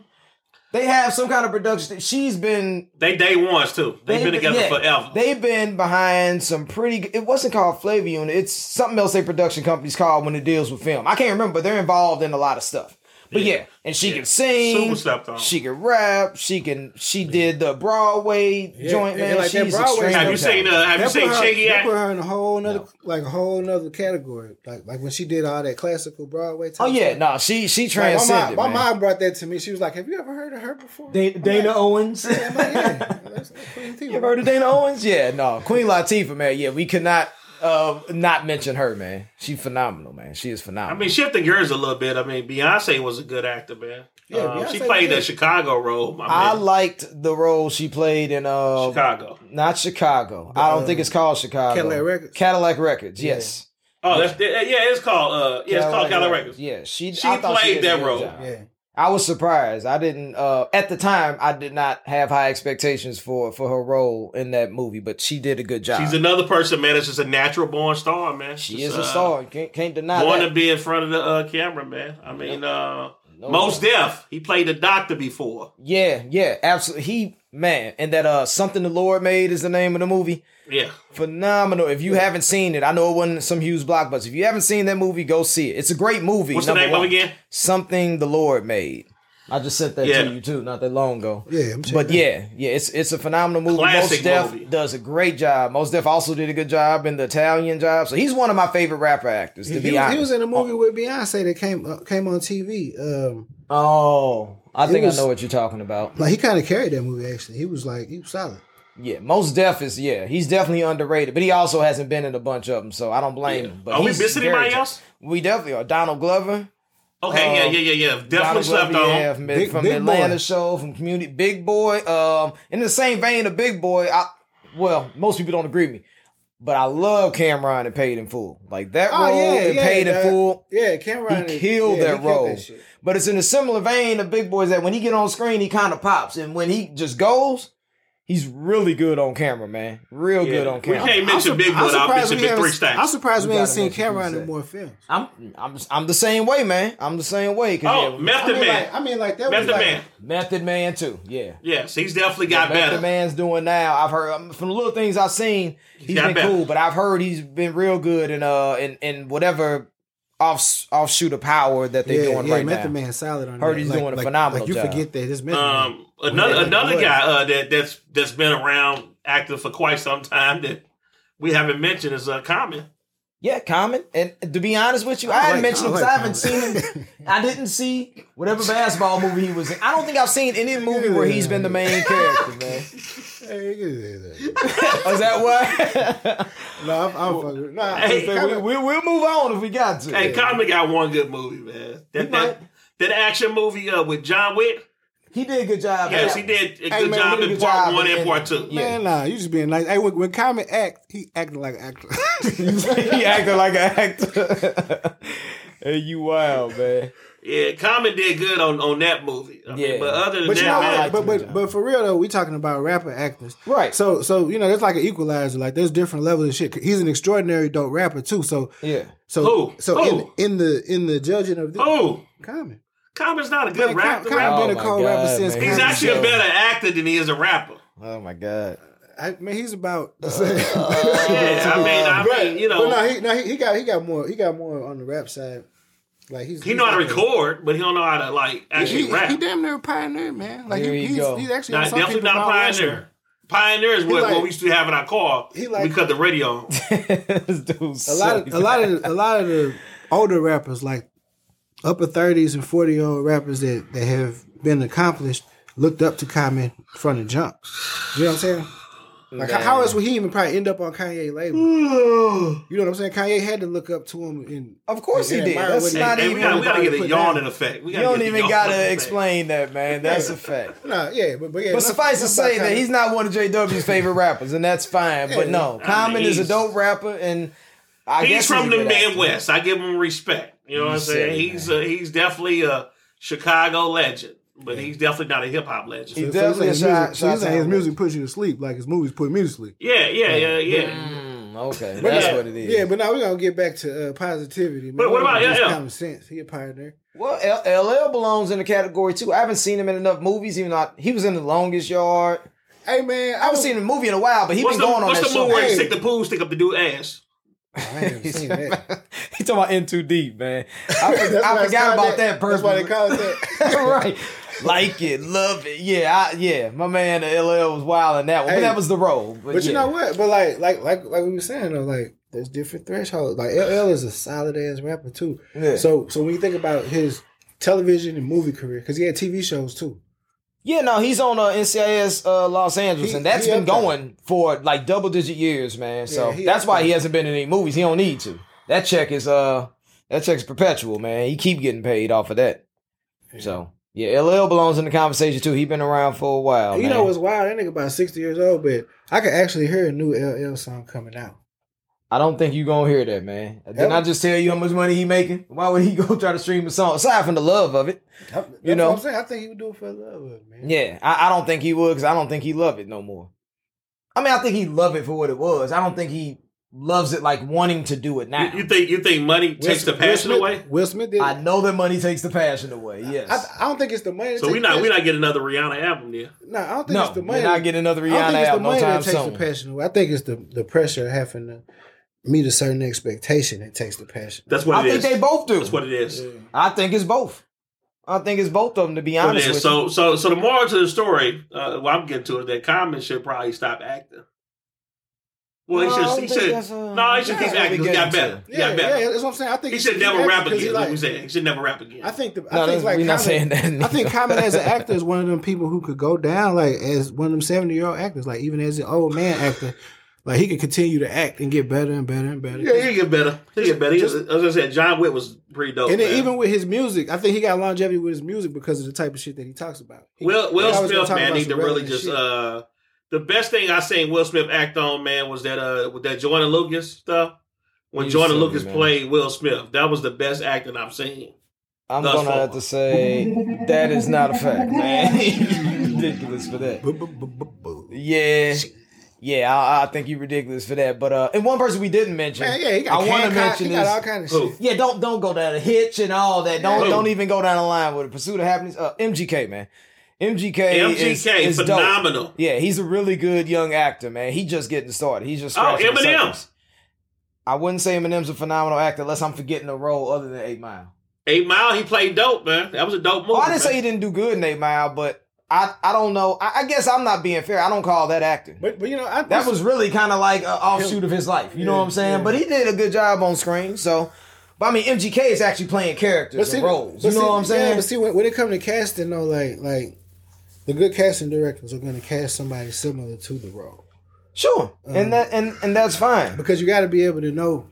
[SPEAKER 3] they have some kind of production. that- She's been
[SPEAKER 2] They day ones too. They've been together
[SPEAKER 3] yeah,
[SPEAKER 2] forever.
[SPEAKER 3] They've been behind some pretty. g- It wasn't called flavor unit. It's something else. They production companies called when it deals with film. I can't remember, but they're involved in a lot of stuff. But yeah,
[SPEAKER 2] Yeah.
[SPEAKER 3] and she
[SPEAKER 2] Yeah.
[SPEAKER 3] can sing.
[SPEAKER 2] Super slept on.
[SPEAKER 3] She can rap. She can. She did the Broadway
[SPEAKER 4] Yeah,
[SPEAKER 3] joint
[SPEAKER 4] and
[SPEAKER 3] man.
[SPEAKER 4] like that
[SPEAKER 3] She's
[SPEAKER 4] Broadway
[SPEAKER 3] extremely
[SPEAKER 4] stuff-
[SPEAKER 2] have you seen uh, Have you
[SPEAKER 4] That put
[SPEAKER 2] seen
[SPEAKER 4] her-
[SPEAKER 2] Chiggy
[SPEAKER 4] That
[SPEAKER 2] Act?
[SPEAKER 4] put her in a whole another like a whole another category. Like like when she did all that classical Broadway. Type
[SPEAKER 3] Oh yeah,
[SPEAKER 4] stuff.
[SPEAKER 3] no, she she
[SPEAKER 4] Like, my mom,
[SPEAKER 3] transcended.
[SPEAKER 4] my
[SPEAKER 3] man.
[SPEAKER 4] mom brought that to me. She was like, "Have you ever heard of her before?"
[SPEAKER 3] Da- Dana <laughs> Owens.
[SPEAKER 4] I'm like, yeah. That's- that's
[SPEAKER 3] <laughs>
[SPEAKER 4] Queen Latifah.
[SPEAKER 3] you ever heard of Dana Owens? Yeah, no. Queen Latifah, man. Yeah, we could not uh, not mention her, man. She phenomenal, man. She is
[SPEAKER 2] I
[SPEAKER 3] phenomenal.
[SPEAKER 2] mean, shifting gears a little bit. I mean, Beyonce was a good actor, man.
[SPEAKER 4] Yeah,
[SPEAKER 2] Um, she
[SPEAKER 4] Beyonce
[SPEAKER 2] played
[SPEAKER 4] was
[SPEAKER 2] the
[SPEAKER 4] good.
[SPEAKER 2] Chicago role. My
[SPEAKER 3] I
[SPEAKER 2] man.
[SPEAKER 3] liked the role she played in uh
[SPEAKER 2] Chicago.
[SPEAKER 3] not Chicago. I don't think it's called Chicago.
[SPEAKER 4] Cadillac Records?
[SPEAKER 3] Uh, Cadillac Records, yes.
[SPEAKER 2] Oh, that's yeah. It's called uh, yeah, it's called Cali Records.
[SPEAKER 3] Yeah, she
[SPEAKER 2] She
[SPEAKER 3] I thought
[SPEAKER 2] played
[SPEAKER 3] did a
[SPEAKER 2] that
[SPEAKER 3] good
[SPEAKER 2] role.
[SPEAKER 3] job.
[SPEAKER 4] Yeah.
[SPEAKER 3] I was surprised. I didn't uh at the time I did not have high expectations for for her role in that movie, but she did a good job.
[SPEAKER 2] She's another person, man. That's just a natural born star, man.
[SPEAKER 3] she
[SPEAKER 2] Just,
[SPEAKER 3] is
[SPEAKER 2] uh,
[SPEAKER 3] a star. Can't, can't deny
[SPEAKER 2] Born
[SPEAKER 3] that.
[SPEAKER 2] to be in front of the uh, camera, man. I mean, uh,
[SPEAKER 3] No
[SPEAKER 2] most deaf. He played the doctor before.
[SPEAKER 3] Yeah, yeah, absolutely. He man, and that uh something the Lord made is the name of the movie.
[SPEAKER 2] Yeah.
[SPEAKER 3] Phenomenal. If you haven't seen it, I know it wasn't some huge blockbuster. If you haven't seen that movie, go see it. It's a great movie.
[SPEAKER 2] What's the
[SPEAKER 3] number
[SPEAKER 2] name of
[SPEAKER 3] one.
[SPEAKER 2] it again?
[SPEAKER 3] Something the Lord made. I just sent that
[SPEAKER 2] Yeah.
[SPEAKER 3] to you too, not that long ago.
[SPEAKER 4] Yeah, I'm checking
[SPEAKER 3] But
[SPEAKER 4] it out.
[SPEAKER 3] yeah, yeah, it's it's a phenomenal movie.
[SPEAKER 2] Classic
[SPEAKER 3] Most Def
[SPEAKER 2] movie.
[SPEAKER 3] does a great job. Most Def also did a good job in the Italian job. So he's one of my favorite rapper actors. To
[SPEAKER 4] He,
[SPEAKER 3] be
[SPEAKER 4] was,
[SPEAKER 3] honest,
[SPEAKER 4] he was in a movie with Beyonce that came uh, came on TV. Um,
[SPEAKER 3] Oh, I
[SPEAKER 4] He
[SPEAKER 3] think
[SPEAKER 4] was-
[SPEAKER 3] I know what you're talking about.
[SPEAKER 4] like he kind of carried that movie. Actually, he was like he was solid.
[SPEAKER 3] Yeah, most Def is yeah, he's definitely underrated, but he also hasn't been in a bunch of them, so I don't blame him. But
[SPEAKER 2] Are we
[SPEAKER 3] he's
[SPEAKER 2] missing
[SPEAKER 3] very
[SPEAKER 2] anybody
[SPEAKER 3] ta-
[SPEAKER 2] else?
[SPEAKER 3] We definitely are. Donald Glover,
[SPEAKER 2] Okay, yeah,
[SPEAKER 3] Um,
[SPEAKER 2] yeah, yeah, yeah. Definitely
[SPEAKER 3] Donald
[SPEAKER 2] slept
[SPEAKER 3] Glover,
[SPEAKER 2] on.
[SPEAKER 3] yeah, from,
[SPEAKER 4] Big-
[SPEAKER 3] from
[SPEAKER 4] Big
[SPEAKER 3] the Atlanta
[SPEAKER 4] Boy.
[SPEAKER 3] show, from Community, Big Boy. Um, in the same vein of Big Boy, I well, most people don't agree with me, but I love Cameron and Paid in Full. Like that role in Oh, Paid
[SPEAKER 4] Oh, that-
[SPEAKER 3] in Full.
[SPEAKER 4] Yeah, Cameron
[SPEAKER 3] He killed
[SPEAKER 4] yeah, he
[SPEAKER 3] that
[SPEAKER 4] killed
[SPEAKER 3] role.
[SPEAKER 4] that shit.
[SPEAKER 3] but it's in a similar vein of Big Boys that when he get on screen, he kind of pops, and when he just goes, he's really good on camera, man. Real
[SPEAKER 2] Yeah.
[SPEAKER 3] good on
[SPEAKER 2] We
[SPEAKER 3] camera.
[SPEAKER 2] can't mention
[SPEAKER 4] surp-
[SPEAKER 2] Big Boy. I'll
[SPEAKER 4] surprised
[SPEAKER 2] mention
[SPEAKER 4] we
[SPEAKER 2] Big
[SPEAKER 4] haven't-
[SPEAKER 2] Three Stacks.
[SPEAKER 4] I'm surprised
[SPEAKER 3] You
[SPEAKER 4] we ain't
[SPEAKER 3] gotta
[SPEAKER 4] seen
[SPEAKER 3] mention
[SPEAKER 4] Cameron in
[SPEAKER 3] Crusade.
[SPEAKER 4] more films.
[SPEAKER 3] I'm I'm I'm the same way, man. I'm the same way. 'cause,
[SPEAKER 2] Oh,
[SPEAKER 3] yeah,
[SPEAKER 2] Method
[SPEAKER 4] I mean,
[SPEAKER 2] Man.
[SPEAKER 4] like, I mean, like that was
[SPEAKER 2] Method
[SPEAKER 4] like,
[SPEAKER 2] Man.
[SPEAKER 3] Method Man too. Yeah.
[SPEAKER 2] Yes, he's definitely got
[SPEAKER 3] Method
[SPEAKER 2] better.
[SPEAKER 3] Man's doing now. I've heard um, from the little things I've seen. he's
[SPEAKER 2] got
[SPEAKER 3] been
[SPEAKER 2] better.
[SPEAKER 3] cool, but I've heard he's been real good in uh in, in whatever off offshoot of power that they're
[SPEAKER 4] yeah,
[SPEAKER 3] doing
[SPEAKER 4] yeah,
[SPEAKER 3] right
[SPEAKER 4] Method
[SPEAKER 3] now.
[SPEAKER 4] Man solid on
[SPEAKER 3] Heard
[SPEAKER 4] that.
[SPEAKER 3] he's
[SPEAKER 4] like,
[SPEAKER 3] doing a
[SPEAKER 4] like,
[SPEAKER 3] phenomenal
[SPEAKER 4] like, you
[SPEAKER 3] job.
[SPEAKER 4] forget that this Method Man.
[SPEAKER 2] Um, another
[SPEAKER 4] Yeah,
[SPEAKER 2] another
[SPEAKER 4] boy.
[SPEAKER 2] guy uh, that that's that's been around acting for quite some time that we haven't mentioned is uh, Common.
[SPEAKER 3] Yeah, Common. And to be honest with you, I,
[SPEAKER 4] I
[SPEAKER 3] hadn't
[SPEAKER 4] like-
[SPEAKER 3] mentioned
[SPEAKER 4] I
[SPEAKER 3] him 'cause
[SPEAKER 4] like
[SPEAKER 3] I haven't seen him. I didn't see whatever basketball movie he was in. I don't think I've seen any movie where he's been the main character, man.
[SPEAKER 4] Hey, you can do that.
[SPEAKER 3] Is
[SPEAKER 4] <laughs>
[SPEAKER 3] that why?
[SPEAKER 4] no, I'm, I'm fucking. with- Nah,
[SPEAKER 2] Hey,
[SPEAKER 4] it's
[SPEAKER 3] Say, we,
[SPEAKER 4] kinda-
[SPEAKER 3] we, we'll move on if we got to.
[SPEAKER 2] Hey, Common got one good movie, man. That that, that action movie uh, with John Wick.
[SPEAKER 3] he did a good job.
[SPEAKER 2] Yes,
[SPEAKER 3] man.
[SPEAKER 2] he did a
[SPEAKER 3] Hey,
[SPEAKER 2] good
[SPEAKER 3] man,
[SPEAKER 2] job
[SPEAKER 3] did a
[SPEAKER 2] in
[SPEAKER 3] good
[SPEAKER 2] part
[SPEAKER 3] job
[SPEAKER 2] one
[SPEAKER 3] in-
[SPEAKER 2] and part two.
[SPEAKER 3] yeah.
[SPEAKER 4] Man, nah, you just being nice. Hey, when, when Common act, he acting like an actor.
[SPEAKER 3] <laughs> he acted like an actor. <laughs> hey, you wild, man.
[SPEAKER 2] Yeah, Common did good on, on that movie. I mean,
[SPEAKER 3] Yeah.
[SPEAKER 2] but other than
[SPEAKER 4] But
[SPEAKER 2] that,
[SPEAKER 4] you know,
[SPEAKER 2] man,
[SPEAKER 3] like-
[SPEAKER 4] but
[SPEAKER 3] Acting
[SPEAKER 4] but,
[SPEAKER 3] job.
[SPEAKER 4] but for real though, we talking about rapper actors,
[SPEAKER 3] Right.
[SPEAKER 4] So so you know, there's like an equalizer. Like there's different levels of shit. He's an extraordinary dope rapper too. So
[SPEAKER 3] Yeah.
[SPEAKER 4] so
[SPEAKER 2] Who?
[SPEAKER 4] so
[SPEAKER 2] Who?
[SPEAKER 4] in in the in the judging of this,
[SPEAKER 2] oh,
[SPEAKER 4] Common,
[SPEAKER 2] Common's not a good
[SPEAKER 4] Man,
[SPEAKER 2] rapper.
[SPEAKER 4] Common- Common
[SPEAKER 3] Oh
[SPEAKER 4] been a
[SPEAKER 3] my
[SPEAKER 4] co-rapper
[SPEAKER 3] God,
[SPEAKER 4] since
[SPEAKER 3] man.
[SPEAKER 2] He's
[SPEAKER 4] Common
[SPEAKER 2] actually a
[SPEAKER 4] Show.
[SPEAKER 2] better actor than he is a rapper.
[SPEAKER 3] Oh my god.
[SPEAKER 4] I man, he's about.
[SPEAKER 3] Oh. <laughs>
[SPEAKER 2] Yeah, I mean, I
[SPEAKER 4] but,
[SPEAKER 2] mean, you know,
[SPEAKER 4] but no, he, no, he, he got he got more he got more on the rap side. Like he's
[SPEAKER 2] he know how to
[SPEAKER 4] he's-
[SPEAKER 2] record, but he don't know how to like actually
[SPEAKER 4] He, he,
[SPEAKER 2] rap.
[SPEAKER 4] he damn near a pioneer, man. Like
[SPEAKER 3] There
[SPEAKER 4] he,
[SPEAKER 3] you
[SPEAKER 4] he's,
[SPEAKER 3] go.
[SPEAKER 4] he's actually on
[SPEAKER 2] Not,
[SPEAKER 4] some
[SPEAKER 2] definitely
[SPEAKER 4] people's
[SPEAKER 2] not a
[SPEAKER 4] violation.
[SPEAKER 2] pioneer. Pioneer is what,
[SPEAKER 4] like-
[SPEAKER 2] what we used to have in our car.
[SPEAKER 4] He like-
[SPEAKER 2] we cut the radio on.
[SPEAKER 3] <laughs> this dude's
[SPEAKER 4] a lot of a
[SPEAKER 2] <laughs>
[SPEAKER 4] lot of a lot of the older rappers like upper 30s and 40 year old rappers that that have been accomplished looked up to Common from the jump. You know what I'm saying? Like how- how else would he even probably end up on Kanye label? You know what I'm saying? Kanye had to look up to him and
[SPEAKER 3] Of course he
[SPEAKER 4] Yeah,
[SPEAKER 3] did.
[SPEAKER 4] Myra
[SPEAKER 3] That's
[SPEAKER 4] wouldn't-
[SPEAKER 3] not
[SPEAKER 2] Hey, we
[SPEAKER 3] even.
[SPEAKER 2] gotta, we gotta get a
[SPEAKER 4] put
[SPEAKER 2] yawning
[SPEAKER 4] that-
[SPEAKER 2] effect. We
[SPEAKER 3] you
[SPEAKER 2] gotta
[SPEAKER 3] don't
[SPEAKER 2] get the
[SPEAKER 3] even
[SPEAKER 2] yawning
[SPEAKER 3] gotta
[SPEAKER 2] effect.
[SPEAKER 3] explain that, man. That's a fact.
[SPEAKER 4] <laughs> nah, yeah, but, but yeah.
[SPEAKER 3] But
[SPEAKER 4] enough-
[SPEAKER 3] suffice to
[SPEAKER 4] enough
[SPEAKER 3] say
[SPEAKER 4] about
[SPEAKER 3] that
[SPEAKER 4] Kanye.
[SPEAKER 3] he's not one of JW's favorite rappers, and that's fine. But no,
[SPEAKER 2] I
[SPEAKER 3] Common
[SPEAKER 2] mean,
[SPEAKER 3] is a
[SPEAKER 2] he's-
[SPEAKER 3] dope rapper, and I
[SPEAKER 2] He's
[SPEAKER 3] guess
[SPEAKER 2] from
[SPEAKER 3] a
[SPEAKER 2] the
[SPEAKER 3] good actor.
[SPEAKER 2] Midwest. I give him respect. You know what I'm
[SPEAKER 3] You
[SPEAKER 2] saying?
[SPEAKER 3] say,
[SPEAKER 2] He's uh, he's definitely a Chicago legend, but he's definitely not a hip hop legend.
[SPEAKER 3] He's
[SPEAKER 4] So
[SPEAKER 3] definitely
[SPEAKER 4] you're
[SPEAKER 3] a
[SPEAKER 4] saying his
[SPEAKER 3] shot.
[SPEAKER 4] music- so you're saying his music puts you to sleep, like his movies put me to sleep.
[SPEAKER 2] yeah, yeah, yeah, yeah.
[SPEAKER 3] Mm, okay,
[SPEAKER 4] But
[SPEAKER 3] that's
[SPEAKER 4] yeah,
[SPEAKER 3] what it is.
[SPEAKER 4] Yeah, but now we're gonna get back to uh, positivity. Man.
[SPEAKER 2] But what about
[SPEAKER 4] Just
[SPEAKER 2] LL?
[SPEAKER 4] common sense? He a pioneer.
[SPEAKER 3] Well, L- LL belongs in the category too. I haven't seen him in enough movies. Even though I- he was in the longest yard.
[SPEAKER 4] Hey man,
[SPEAKER 3] I haven't seen a movie in a while, but he
[SPEAKER 2] What's
[SPEAKER 3] been
[SPEAKER 2] the,
[SPEAKER 3] going on
[SPEAKER 2] what's
[SPEAKER 3] that
[SPEAKER 2] the movie where
[SPEAKER 3] show.
[SPEAKER 2] he
[SPEAKER 4] Hey.
[SPEAKER 2] stick the pool stick up the dude ass?
[SPEAKER 4] I ain't even seen
[SPEAKER 3] <laughs>
[SPEAKER 4] that.
[SPEAKER 3] <laughs> he talking about in too deep, man.
[SPEAKER 4] <laughs>
[SPEAKER 3] I,
[SPEAKER 4] That's
[SPEAKER 3] for- I
[SPEAKER 4] why it's
[SPEAKER 3] forgot
[SPEAKER 4] called
[SPEAKER 3] about that,
[SPEAKER 4] that. That's why they
[SPEAKER 3] person. <laughs>
[SPEAKER 4] call it that.
[SPEAKER 3] right. Like it, love it, yeah, I, yeah. My man LL was wild in that one, but
[SPEAKER 4] Hey.
[SPEAKER 3] that was the role. But,
[SPEAKER 4] But you
[SPEAKER 3] yeah.
[SPEAKER 4] know what? But like, like, like, like we were saying though, like there's different thresholds. Like LL is a solid ass rapper too.
[SPEAKER 3] Yeah.
[SPEAKER 4] So, so when you think about his television and movie career, because he had TV shows too.
[SPEAKER 3] Yeah, no, he's on uh, NCIS uh, Los Angeles,
[SPEAKER 4] He-
[SPEAKER 3] and that's
[SPEAKER 4] he
[SPEAKER 3] been
[SPEAKER 4] up there.
[SPEAKER 3] going for like double digit years, man. So
[SPEAKER 4] Yeah, he
[SPEAKER 3] that's
[SPEAKER 4] up
[SPEAKER 3] why
[SPEAKER 4] there.
[SPEAKER 3] he hasn't been in any movies. He don't need to. That check is uh, that check's perpetual, man. He keep getting paid off of that. So yeah, LL belongs in the conversation too. He been around for a
[SPEAKER 2] Oh,
[SPEAKER 3] while.
[SPEAKER 4] you
[SPEAKER 3] man.
[SPEAKER 4] know, it's wild. That nigga about sixty years old, but I could actually hear a new LL song coming out.
[SPEAKER 3] I don't think you gonna hear that, man. Didn't
[SPEAKER 4] Hell-
[SPEAKER 3] I just tell you how much money he making? Why would he <laughs> go try to stream a song aside from the love of it?
[SPEAKER 4] That's
[SPEAKER 3] You know?
[SPEAKER 4] what I'm saying I think he would do it for love, of it, man.
[SPEAKER 3] Yeah, I, I don't think he would because I don't think he love it no more. I mean, I think he love it for what it was. I don't think he loves it, like wanting to do it now.
[SPEAKER 2] You, you think you think money takes the passion
[SPEAKER 4] Smith,
[SPEAKER 2] away?
[SPEAKER 4] Will Smith did.
[SPEAKER 3] I
[SPEAKER 4] I,
[SPEAKER 3] know that money takes the passion away. Yes.
[SPEAKER 4] I, I don't think it's the money. that
[SPEAKER 2] So
[SPEAKER 4] takes
[SPEAKER 2] we not
[SPEAKER 4] passion-
[SPEAKER 2] we not getting another Rihanna album there.
[SPEAKER 4] No, I don't think
[SPEAKER 3] no,
[SPEAKER 4] it's the
[SPEAKER 3] we're
[SPEAKER 4] money.
[SPEAKER 3] not getting another
[SPEAKER 4] I don't
[SPEAKER 3] Rihanna
[SPEAKER 4] think it's the
[SPEAKER 3] album no
[SPEAKER 4] money
[SPEAKER 3] time
[SPEAKER 4] that takes
[SPEAKER 3] soon.
[SPEAKER 4] the passion away. I think it's the, the pressure of having to meet a certain expectation that takes the passion.
[SPEAKER 2] That's what
[SPEAKER 3] I
[SPEAKER 2] it
[SPEAKER 3] think
[SPEAKER 2] is.
[SPEAKER 3] they both do.
[SPEAKER 2] That's what it is.
[SPEAKER 3] I think it's both. I think it's both of them. To be
[SPEAKER 2] That's what it is.
[SPEAKER 3] honest with you,
[SPEAKER 2] So so so the moral to the story, uh, what I'm getting to is that Common should probably stop acting. Well,
[SPEAKER 3] No, I don't
[SPEAKER 2] he
[SPEAKER 3] think
[SPEAKER 2] should. He
[SPEAKER 3] that's
[SPEAKER 2] should.
[SPEAKER 3] a-
[SPEAKER 2] No, he should
[SPEAKER 4] Yeah,
[SPEAKER 2] keep
[SPEAKER 4] that's
[SPEAKER 2] acting.
[SPEAKER 3] what
[SPEAKER 2] He
[SPEAKER 3] we
[SPEAKER 2] got
[SPEAKER 3] getting
[SPEAKER 2] better.
[SPEAKER 3] to.
[SPEAKER 2] He got
[SPEAKER 4] yeah,
[SPEAKER 2] better.
[SPEAKER 4] that's what I'm saying. I think
[SPEAKER 2] He
[SPEAKER 4] it's
[SPEAKER 2] should
[SPEAKER 4] the
[SPEAKER 2] never
[SPEAKER 4] actor,
[SPEAKER 2] rap
[SPEAKER 4] 'cause he
[SPEAKER 2] again. Like
[SPEAKER 4] like-
[SPEAKER 2] we said, he should never rap again.
[SPEAKER 4] I think the,
[SPEAKER 3] No,
[SPEAKER 4] I think
[SPEAKER 3] that's-
[SPEAKER 4] like
[SPEAKER 3] we not
[SPEAKER 4] Common-
[SPEAKER 3] saying that <laughs>
[SPEAKER 4] I think
[SPEAKER 3] neither.
[SPEAKER 4] Common as an actor is one of them people who could go down like as one of them seventy year old actors. Like even as an old man actor, like he could continue to act and get better and better and better.
[SPEAKER 2] Yeah, he get better. He get better. He-
[SPEAKER 4] Just-
[SPEAKER 2] as I said, John Wick was pretty dope.
[SPEAKER 4] And then
[SPEAKER 2] man.
[SPEAKER 4] even with his music, I think he got longevity with his music because of the type of shit that he talks about. He-
[SPEAKER 2] Will
[SPEAKER 4] he
[SPEAKER 2] Will
[SPEAKER 4] always gonna
[SPEAKER 2] Smith
[SPEAKER 4] talk
[SPEAKER 2] man
[SPEAKER 4] about
[SPEAKER 2] need to
[SPEAKER 4] some
[SPEAKER 2] really
[SPEAKER 4] relevant
[SPEAKER 2] just
[SPEAKER 4] shit.
[SPEAKER 2] uh the best thing I seen Will Smith act on man was that uh with that Jordan Lucas stuff. When
[SPEAKER 3] He's
[SPEAKER 2] Jordan
[SPEAKER 3] silly,
[SPEAKER 2] Lucas
[SPEAKER 3] man.
[SPEAKER 2] played Will Smith, that was the best acting I've seen.
[SPEAKER 3] I'm
[SPEAKER 2] Thus
[SPEAKER 3] gonna
[SPEAKER 2] far.
[SPEAKER 3] have to say that is not a
[SPEAKER 4] <laughs>
[SPEAKER 3] fact, man. <laughs> You're ridiculous for that.
[SPEAKER 4] Bu- bu- bu- bu- bu.
[SPEAKER 3] Yeah, yeah, I, I think you're ridiculous for that. But uh, and one person we didn't mention,
[SPEAKER 4] Man, yeah, he got
[SPEAKER 3] I want to
[SPEAKER 4] Hancock,
[SPEAKER 3] mention
[SPEAKER 4] he got all
[SPEAKER 3] is
[SPEAKER 4] kind of
[SPEAKER 2] Who?
[SPEAKER 4] shit.
[SPEAKER 3] yeah, don't don't go down a hitch and all that. Don't
[SPEAKER 2] Who?
[SPEAKER 3] don't even go down the line with it. Pursuit of Happiness. Uh, MGK, man, MGK,
[SPEAKER 2] MGK,
[SPEAKER 3] is, is dope.
[SPEAKER 2] phenomenal.
[SPEAKER 3] Yeah, he's a really good young actor, man. He just getting started. He's just
[SPEAKER 2] Oh,
[SPEAKER 3] scratching the
[SPEAKER 2] Eminem.
[SPEAKER 3] surface. I wouldn't say Eminem's a phenomenal actor unless I'm forgetting a role other than Eight Mile.
[SPEAKER 2] Eight Mile, he played dope, man. That was a dope movie.
[SPEAKER 3] Well, I didn't
[SPEAKER 2] man.
[SPEAKER 3] say he didn't do good in Eight Mile, but I, I don't know. I, I guess I'm not being fair. I don't call that acting.
[SPEAKER 4] But but you know, I,
[SPEAKER 3] That was really kind of like an offshoot of his life. You know what I'm saying?
[SPEAKER 4] yeah.
[SPEAKER 3] But he did a good job on screen. So, but I mean, MGK is actually playing
[SPEAKER 4] but
[SPEAKER 3] characters
[SPEAKER 4] see,
[SPEAKER 3] and roles.
[SPEAKER 4] but
[SPEAKER 3] You know
[SPEAKER 4] see-
[SPEAKER 3] what I'm
[SPEAKER 4] Yeah,
[SPEAKER 3] saying?
[SPEAKER 4] but see, when, when it comes to casting, though, like like the good casting directors are going to cast somebody similar to the role
[SPEAKER 3] sure,
[SPEAKER 4] Mm.
[SPEAKER 3] and that and and that's fine.
[SPEAKER 4] because you got to be able to know,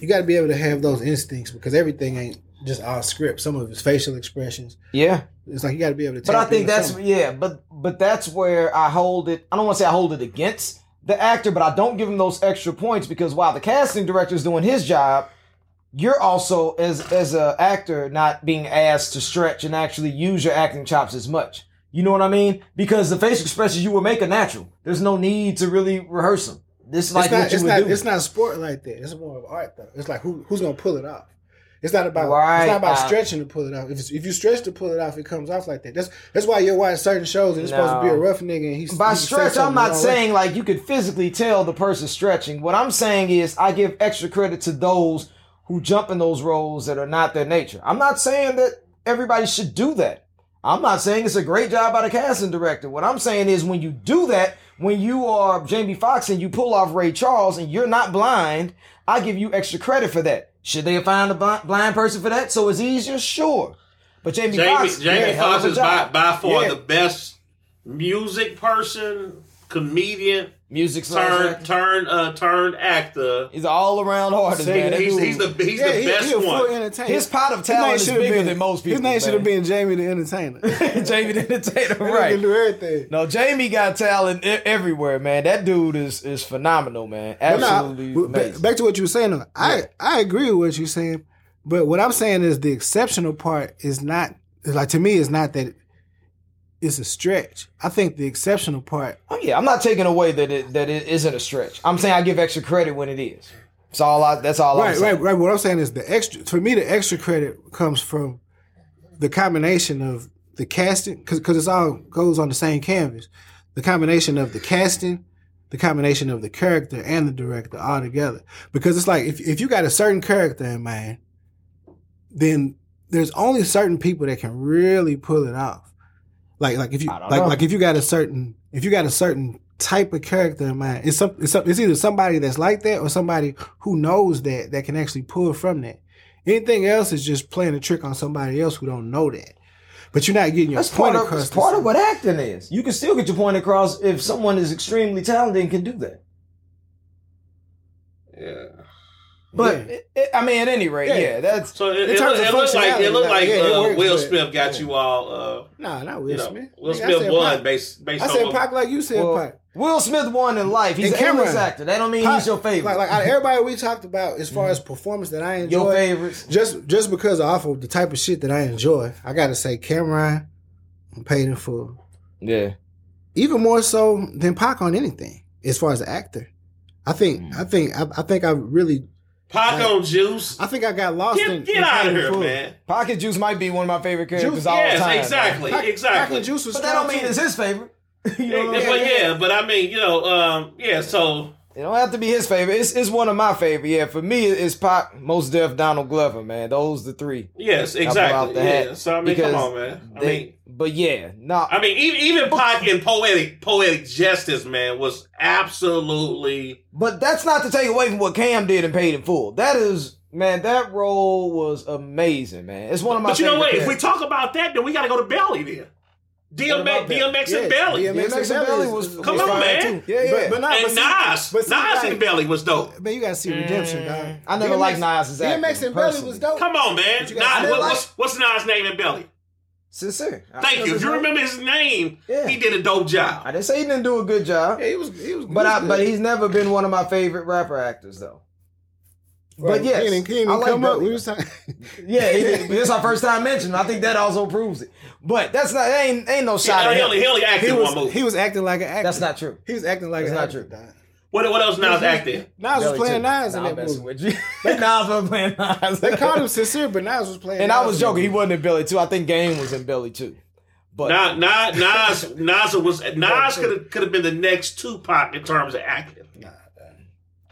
[SPEAKER 4] you got to be able to have those instincts because everything ain't just all script. Some of his facial expressions,
[SPEAKER 3] Yeah.
[SPEAKER 4] it's like you got to be able to.
[SPEAKER 3] But I
[SPEAKER 4] tap
[SPEAKER 3] think
[SPEAKER 4] into
[SPEAKER 3] that's
[SPEAKER 4] something.
[SPEAKER 3] yeah, but but that's where I hold it. I don't want to say I hold it against the actor, but I don't give him those extra points because while the casting director's doing his job, you're also as as a actor not being asked to stretch and actually use your acting chops as much. You know what I mean? Because the facial expressions you will make are natural. There's no need to really rehearse them. This is like
[SPEAKER 4] it's not,
[SPEAKER 3] what you
[SPEAKER 4] it's
[SPEAKER 3] would
[SPEAKER 4] not,
[SPEAKER 3] do.
[SPEAKER 4] It's not sport like that. It's more of art though. It's like who who's gonna pull it off. It's not about
[SPEAKER 3] Right,
[SPEAKER 4] it's not about
[SPEAKER 3] uh,
[SPEAKER 4] stretching to pull it off. If, it's- if you stretch to pull it off, it comes off like that. That's that's why you watch certain shows and it's supposed to be
[SPEAKER 3] No.
[SPEAKER 4] a rough nigga and he's
[SPEAKER 3] By
[SPEAKER 4] he say
[SPEAKER 3] stretch,
[SPEAKER 4] something
[SPEAKER 3] I'm not
[SPEAKER 4] the wrong way.
[SPEAKER 3] saying like you could physically tell the person stretching. What I'm saying is I give extra credit to those who jump in those roles that are not their nature. I'm not saying that everybody should do that. I'm not saying it's a great job by the casting director. What I'm saying is when you do that, when you are Jamie Foxx and you pull off Ray Charles and you're not blind, I give you extra credit for that. Should they find a blind, blind person for that so it's easier? Sure. But Jamie,
[SPEAKER 2] Jamie,
[SPEAKER 3] Foxx, did a
[SPEAKER 2] Jamie
[SPEAKER 3] hell of
[SPEAKER 2] Foxx
[SPEAKER 3] a
[SPEAKER 2] is by,
[SPEAKER 3] job.
[SPEAKER 2] by far
[SPEAKER 4] Yeah.
[SPEAKER 2] the best music person, comedian,
[SPEAKER 3] music slash
[SPEAKER 2] turn
[SPEAKER 3] actor.
[SPEAKER 2] turn uh turn actor.
[SPEAKER 3] He's all around artist, man.
[SPEAKER 4] Singing.
[SPEAKER 3] That
[SPEAKER 2] He's,
[SPEAKER 3] dude-
[SPEAKER 2] he's
[SPEAKER 3] <laughs>
[SPEAKER 2] the he's
[SPEAKER 4] Yeah,
[SPEAKER 2] the
[SPEAKER 4] he-
[SPEAKER 2] best
[SPEAKER 4] he a full
[SPEAKER 2] one.
[SPEAKER 4] entertainer.
[SPEAKER 3] His pot of
[SPEAKER 4] His name
[SPEAKER 3] talent is
[SPEAKER 4] should've
[SPEAKER 3] bigger
[SPEAKER 4] been-
[SPEAKER 3] than most people.
[SPEAKER 4] His name should have
[SPEAKER 3] man.
[SPEAKER 4] been Jamie the Entertainer. <laughs> He
[SPEAKER 3] Jamie the Entertainer,
[SPEAKER 4] can do
[SPEAKER 3] right?
[SPEAKER 4] everything.
[SPEAKER 3] No, Jamie got talent e- everywhere, man. That dude is is phenomenal, man.
[SPEAKER 4] But nah,
[SPEAKER 3] Absolutely
[SPEAKER 4] but ba-
[SPEAKER 3] amazing.
[SPEAKER 4] back to what you were saying. though. I I agree with what you're saying, but what I'm saying is the exceptional part is not is like to me it's not that it's a stretch. I think the exceptional part
[SPEAKER 3] Oh yeah, I'm not taking away that it that it isn't a stretch. I'm saying I give extra credit when it is. It's all I. That's all I'm
[SPEAKER 4] right,
[SPEAKER 3] saying.
[SPEAKER 4] right, right. What I'm saying is the extra for me the extra credit comes from the combination of the casting because it's all goes on the same canvas. The combination of the casting, the combination of the character and the director all together. Because it's like if if you got a certain character in mind, then there's only certain people that can really pull it off. Like like if you
[SPEAKER 3] I don't
[SPEAKER 4] like
[SPEAKER 3] know.
[SPEAKER 4] like if you got a certain if you got a certain type of character in mind, it's some, it's, some, it's either somebody that's like that or somebody who knows that that can actually pull from that. Anything else is just playing a trick on somebody else who don't know that. But you're not getting your
[SPEAKER 3] That's
[SPEAKER 4] point
[SPEAKER 3] part of
[SPEAKER 4] across.
[SPEAKER 3] that's
[SPEAKER 4] to
[SPEAKER 3] part of
[SPEAKER 4] somebody.
[SPEAKER 3] what acting is. You can still get your point across if someone is extremely talented and can do that.
[SPEAKER 2] Yeah.
[SPEAKER 3] But it- it- I mean, at any rate, yeah,
[SPEAKER 4] Yeah.
[SPEAKER 3] that's
[SPEAKER 2] So it,
[SPEAKER 4] In
[SPEAKER 2] it,
[SPEAKER 4] terms
[SPEAKER 2] look-
[SPEAKER 4] of
[SPEAKER 2] it looked like it
[SPEAKER 4] functionality,
[SPEAKER 2] looked
[SPEAKER 4] nah,
[SPEAKER 2] like
[SPEAKER 4] yeah, it
[SPEAKER 2] uh,
[SPEAKER 4] works,
[SPEAKER 2] Will
[SPEAKER 4] but-
[SPEAKER 2] Smith got you all. Uh,
[SPEAKER 4] Nah, not
[SPEAKER 2] you
[SPEAKER 4] Will
[SPEAKER 2] know,
[SPEAKER 4] Smith.
[SPEAKER 2] Will
[SPEAKER 4] Nigga, I
[SPEAKER 2] Smith
[SPEAKER 4] said
[SPEAKER 2] won
[SPEAKER 4] Pac.
[SPEAKER 2] based based
[SPEAKER 4] I
[SPEAKER 2] on
[SPEAKER 4] said
[SPEAKER 2] what-
[SPEAKER 4] Pac like you said
[SPEAKER 3] Well,
[SPEAKER 4] Pac.
[SPEAKER 3] Will Smith won in life. He's
[SPEAKER 4] And
[SPEAKER 3] an A-list
[SPEAKER 4] Cameron.
[SPEAKER 3] actor. That don't mean
[SPEAKER 4] Pac-
[SPEAKER 3] he's your favorite. Mm-hmm.
[SPEAKER 4] Like, like out of everybody we talked about as far as performance that I enjoy.
[SPEAKER 3] your favorites.
[SPEAKER 4] Just just because off of the type of shit that I enjoy, I gotta say Cameron I'm paid in full.
[SPEAKER 3] Yeah.
[SPEAKER 4] Even more so than Pac on anything, as far as an actor. I think
[SPEAKER 2] Mm.
[SPEAKER 4] I think I, I think I really
[SPEAKER 2] Pac on juice.
[SPEAKER 4] I think I got lost in
[SPEAKER 2] Get, get
[SPEAKER 4] in
[SPEAKER 2] out of
[SPEAKER 4] Cotton
[SPEAKER 2] here,
[SPEAKER 4] Fool.
[SPEAKER 2] man.
[SPEAKER 3] Pocket Juice might be one of my favorite characters
[SPEAKER 4] Juice-
[SPEAKER 3] all
[SPEAKER 2] Yes,
[SPEAKER 3] time.
[SPEAKER 2] exactly,
[SPEAKER 4] Pac- Pac
[SPEAKER 2] exactly.
[SPEAKER 4] and Juice was
[SPEAKER 3] But that don't
[SPEAKER 4] strong,
[SPEAKER 3] mean
[SPEAKER 4] too.
[SPEAKER 3] it's his favorite. <laughs> you know what I'm
[SPEAKER 2] Yeah, but
[SPEAKER 3] saying?
[SPEAKER 2] yeah, but I mean, you know, um, yeah. So
[SPEAKER 3] It don't have to be his favorite. It's, it's one of my favorite. Yeah, for me, it's Pac, Most Def, Donald Glover, man. Those the three.
[SPEAKER 2] yes,
[SPEAKER 3] I pull out
[SPEAKER 2] exactly.
[SPEAKER 3] the hat
[SPEAKER 2] Yeah. So I mean, come
[SPEAKER 3] because
[SPEAKER 2] on, man. I
[SPEAKER 3] They-
[SPEAKER 2] mean,
[SPEAKER 3] but yeah, no.
[SPEAKER 2] I mean, even, even Pac in poetic poetic justice, man, was absolutely
[SPEAKER 3] But that's not to take away from what Cam did and paid in full. That is, man, that role was amazing, man. It's one of my.
[SPEAKER 2] But you know what?
[SPEAKER 3] favorite
[SPEAKER 2] If we talk about that, then we got to go to Belly then.
[SPEAKER 3] What about
[SPEAKER 2] DMX, DMX
[SPEAKER 3] Belly?
[SPEAKER 4] Yeah,
[SPEAKER 2] and Belly.
[SPEAKER 4] DMX
[SPEAKER 3] characters. DMX and Belly was, was
[SPEAKER 2] Come on,
[SPEAKER 3] fine,
[SPEAKER 2] man.
[SPEAKER 3] Too. Yeah, yeah.
[SPEAKER 4] But, but not
[SPEAKER 2] and Nas.
[SPEAKER 4] but
[SPEAKER 2] Nas
[SPEAKER 4] see, like-
[SPEAKER 2] and Belly was dope.
[SPEAKER 4] Man, you gotta see redemption, dog.
[SPEAKER 3] I never liked Nas's acting,
[SPEAKER 4] DMX and Belly
[SPEAKER 3] personally.
[SPEAKER 4] was dope.
[SPEAKER 2] Come on, man. Nas,
[SPEAKER 4] you guys didn't
[SPEAKER 2] what-
[SPEAKER 4] like-
[SPEAKER 2] what's, what's Nas' name in Belly?
[SPEAKER 3] Sincere. I-
[SPEAKER 2] Thank you.
[SPEAKER 4] his
[SPEAKER 2] If you
[SPEAKER 4] name?
[SPEAKER 2] remember his name,
[SPEAKER 3] Yeah.
[SPEAKER 2] he did a dope job.
[SPEAKER 3] I didn't say he didn't do a good job,
[SPEAKER 4] Yeah, he was. He was.
[SPEAKER 3] but
[SPEAKER 4] he was
[SPEAKER 3] I, but
[SPEAKER 4] good.
[SPEAKER 3] he's never been one of my favorite rapper actors though.
[SPEAKER 4] Right,
[SPEAKER 3] but yes,
[SPEAKER 4] he didn't, he didn't
[SPEAKER 3] I like
[SPEAKER 4] come up.
[SPEAKER 3] Belly.
[SPEAKER 4] We was talking.
[SPEAKER 3] Yeah, he
[SPEAKER 4] <laughs>
[SPEAKER 3] did. this is our first time mentioning. him. I think that also proves it. But that's not that ain't ain't no
[SPEAKER 2] He,
[SPEAKER 3] shot. at
[SPEAKER 2] he
[SPEAKER 3] him.
[SPEAKER 2] only, he only acted
[SPEAKER 4] he
[SPEAKER 2] in
[SPEAKER 4] was.
[SPEAKER 2] one movie.
[SPEAKER 4] He was acting like an actor.
[SPEAKER 3] That's not true.
[SPEAKER 4] He was acting like
[SPEAKER 3] That's
[SPEAKER 4] an
[SPEAKER 3] not
[SPEAKER 4] actor.
[SPEAKER 3] true.
[SPEAKER 4] dog.
[SPEAKER 2] what, what else Nas acted?
[SPEAKER 4] Nas was
[SPEAKER 3] Belly
[SPEAKER 4] playing
[SPEAKER 3] too.
[SPEAKER 4] Nas in
[SPEAKER 3] Nah, I'm
[SPEAKER 4] that
[SPEAKER 3] messing
[SPEAKER 4] movie.
[SPEAKER 3] with you. <laughs> Nas was playing Nas.
[SPEAKER 4] They called him sincere, but Nas was playing.
[SPEAKER 3] And
[SPEAKER 4] Nas
[SPEAKER 3] I was
[SPEAKER 4] in that
[SPEAKER 3] joking. He
[SPEAKER 4] movie.
[SPEAKER 3] wasn't in Billy too. I think Game was in Billy too. But
[SPEAKER 2] Nas, Nas, Nas, Nas was Nas could have could have been the next Tupac in terms of acting.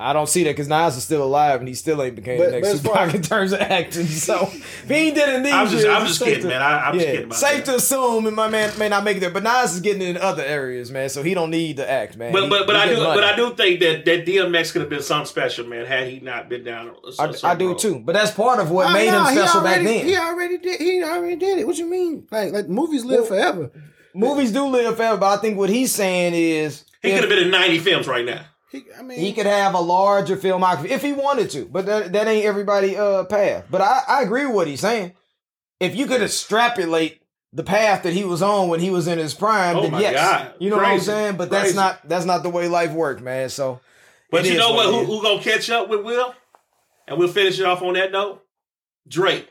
[SPEAKER 3] I don't see that because Nas is still alive and he still ain't became
[SPEAKER 4] But-
[SPEAKER 3] the next
[SPEAKER 4] but as far
[SPEAKER 3] Tupac in terms of acting.
[SPEAKER 4] <laughs>
[SPEAKER 3] So if he did in these
[SPEAKER 2] I'm just,
[SPEAKER 3] years,
[SPEAKER 2] I'm
[SPEAKER 3] it's
[SPEAKER 2] just
[SPEAKER 3] safe
[SPEAKER 2] kidding,
[SPEAKER 3] to-
[SPEAKER 2] man. I, I'm just kidding.
[SPEAKER 3] Yeah,
[SPEAKER 2] About that.
[SPEAKER 3] safe to assume, and my man may not make it there. But Nas is getting in other areas, man. So he don't need to act, man.
[SPEAKER 2] But
[SPEAKER 3] He-
[SPEAKER 2] but but
[SPEAKER 3] he
[SPEAKER 2] I do
[SPEAKER 3] getting money.
[SPEAKER 2] but I do think that that DMX could have been something special, man, had he not been down. a- a
[SPEAKER 3] I, I
[SPEAKER 2] certain
[SPEAKER 3] do
[SPEAKER 2] road.
[SPEAKER 3] too. But that's part of what
[SPEAKER 4] Oh,
[SPEAKER 3] made
[SPEAKER 4] no,
[SPEAKER 3] him
[SPEAKER 4] he
[SPEAKER 3] special
[SPEAKER 4] already-
[SPEAKER 3] back then.
[SPEAKER 4] He already did. He already did it. What you mean? Like like movies live forever.
[SPEAKER 3] Movies do live forever, but I think what he's saying is
[SPEAKER 2] He
[SPEAKER 3] if-
[SPEAKER 2] could have been in ninety films right now.
[SPEAKER 4] He, I mean,
[SPEAKER 3] he could have a larger filmography if he wanted to, but that, that ain't everybody uh path. But I, I agree with what he's saying. If you could extrapolate the path that he was on when he was in his prime,
[SPEAKER 2] Oh
[SPEAKER 3] then
[SPEAKER 2] my
[SPEAKER 3] yes,
[SPEAKER 2] God.
[SPEAKER 3] you know what I'm
[SPEAKER 2] Crazy.
[SPEAKER 3] saying. But that's
[SPEAKER 2] Crazy.
[SPEAKER 3] not that's not the way life worked, man. So,
[SPEAKER 2] But
[SPEAKER 3] it
[SPEAKER 2] you
[SPEAKER 3] is
[SPEAKER 2] know what?
[SPEAKER 3] it
[SPEAKER 2] Who,
[SPEAKER 3] is.
[SPEAKER 2] who gonna catch up with Will? And we'll finish it off on that note. Drake.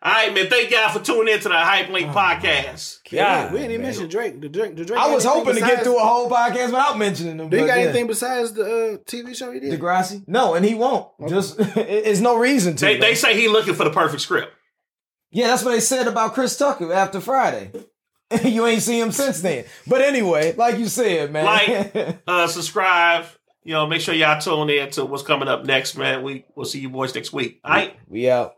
[SPEAKER 2] All right, man. Thank y'all for tuning in to the Hype Link podcast.
[SPEAKER 4] yeah,
[SPEAKER 3] God,
[SPEAKER 4] we didn't even
[SPEAKER 3] man.
[SPEAKER 4] mention Drake. The Drake. The Drake.
[SPEAKER 3] I was
[SPEAKER 4] anything
[SPEAKER 3] hoping to
[SPEAKER 4] besides-
[SPEAKER 3] get through a whole podcast without mentioning him.
[SPEAKER 4] Do you
[SPEAKER 3] but
[SPEAKER 4] got
[SPEAKER 3] yeah.
[SPEAKER 4] anything besides the uh, TV show he did?
[SPEAKER 3] Degrassi? No, and he won't. Just <laughs> it- it's no reason to.
[SPEAKER 2] They,
[SPEAKER 3] man.
[SPEAKER 2] they say he looking for the perfect script.
[SPEAKER 3] Yeah, that's what they said about Chris Tucker after Friday. <laughs> you ain't seen him since then. But anyway, like you said, man.
[SPEAKER 2] Like, uh, subscribe. You know, make sure y'all tune in to what's coming up next, man. We we'll see you boys next week. All right.
[SPEAKER 3] <laughs> we out.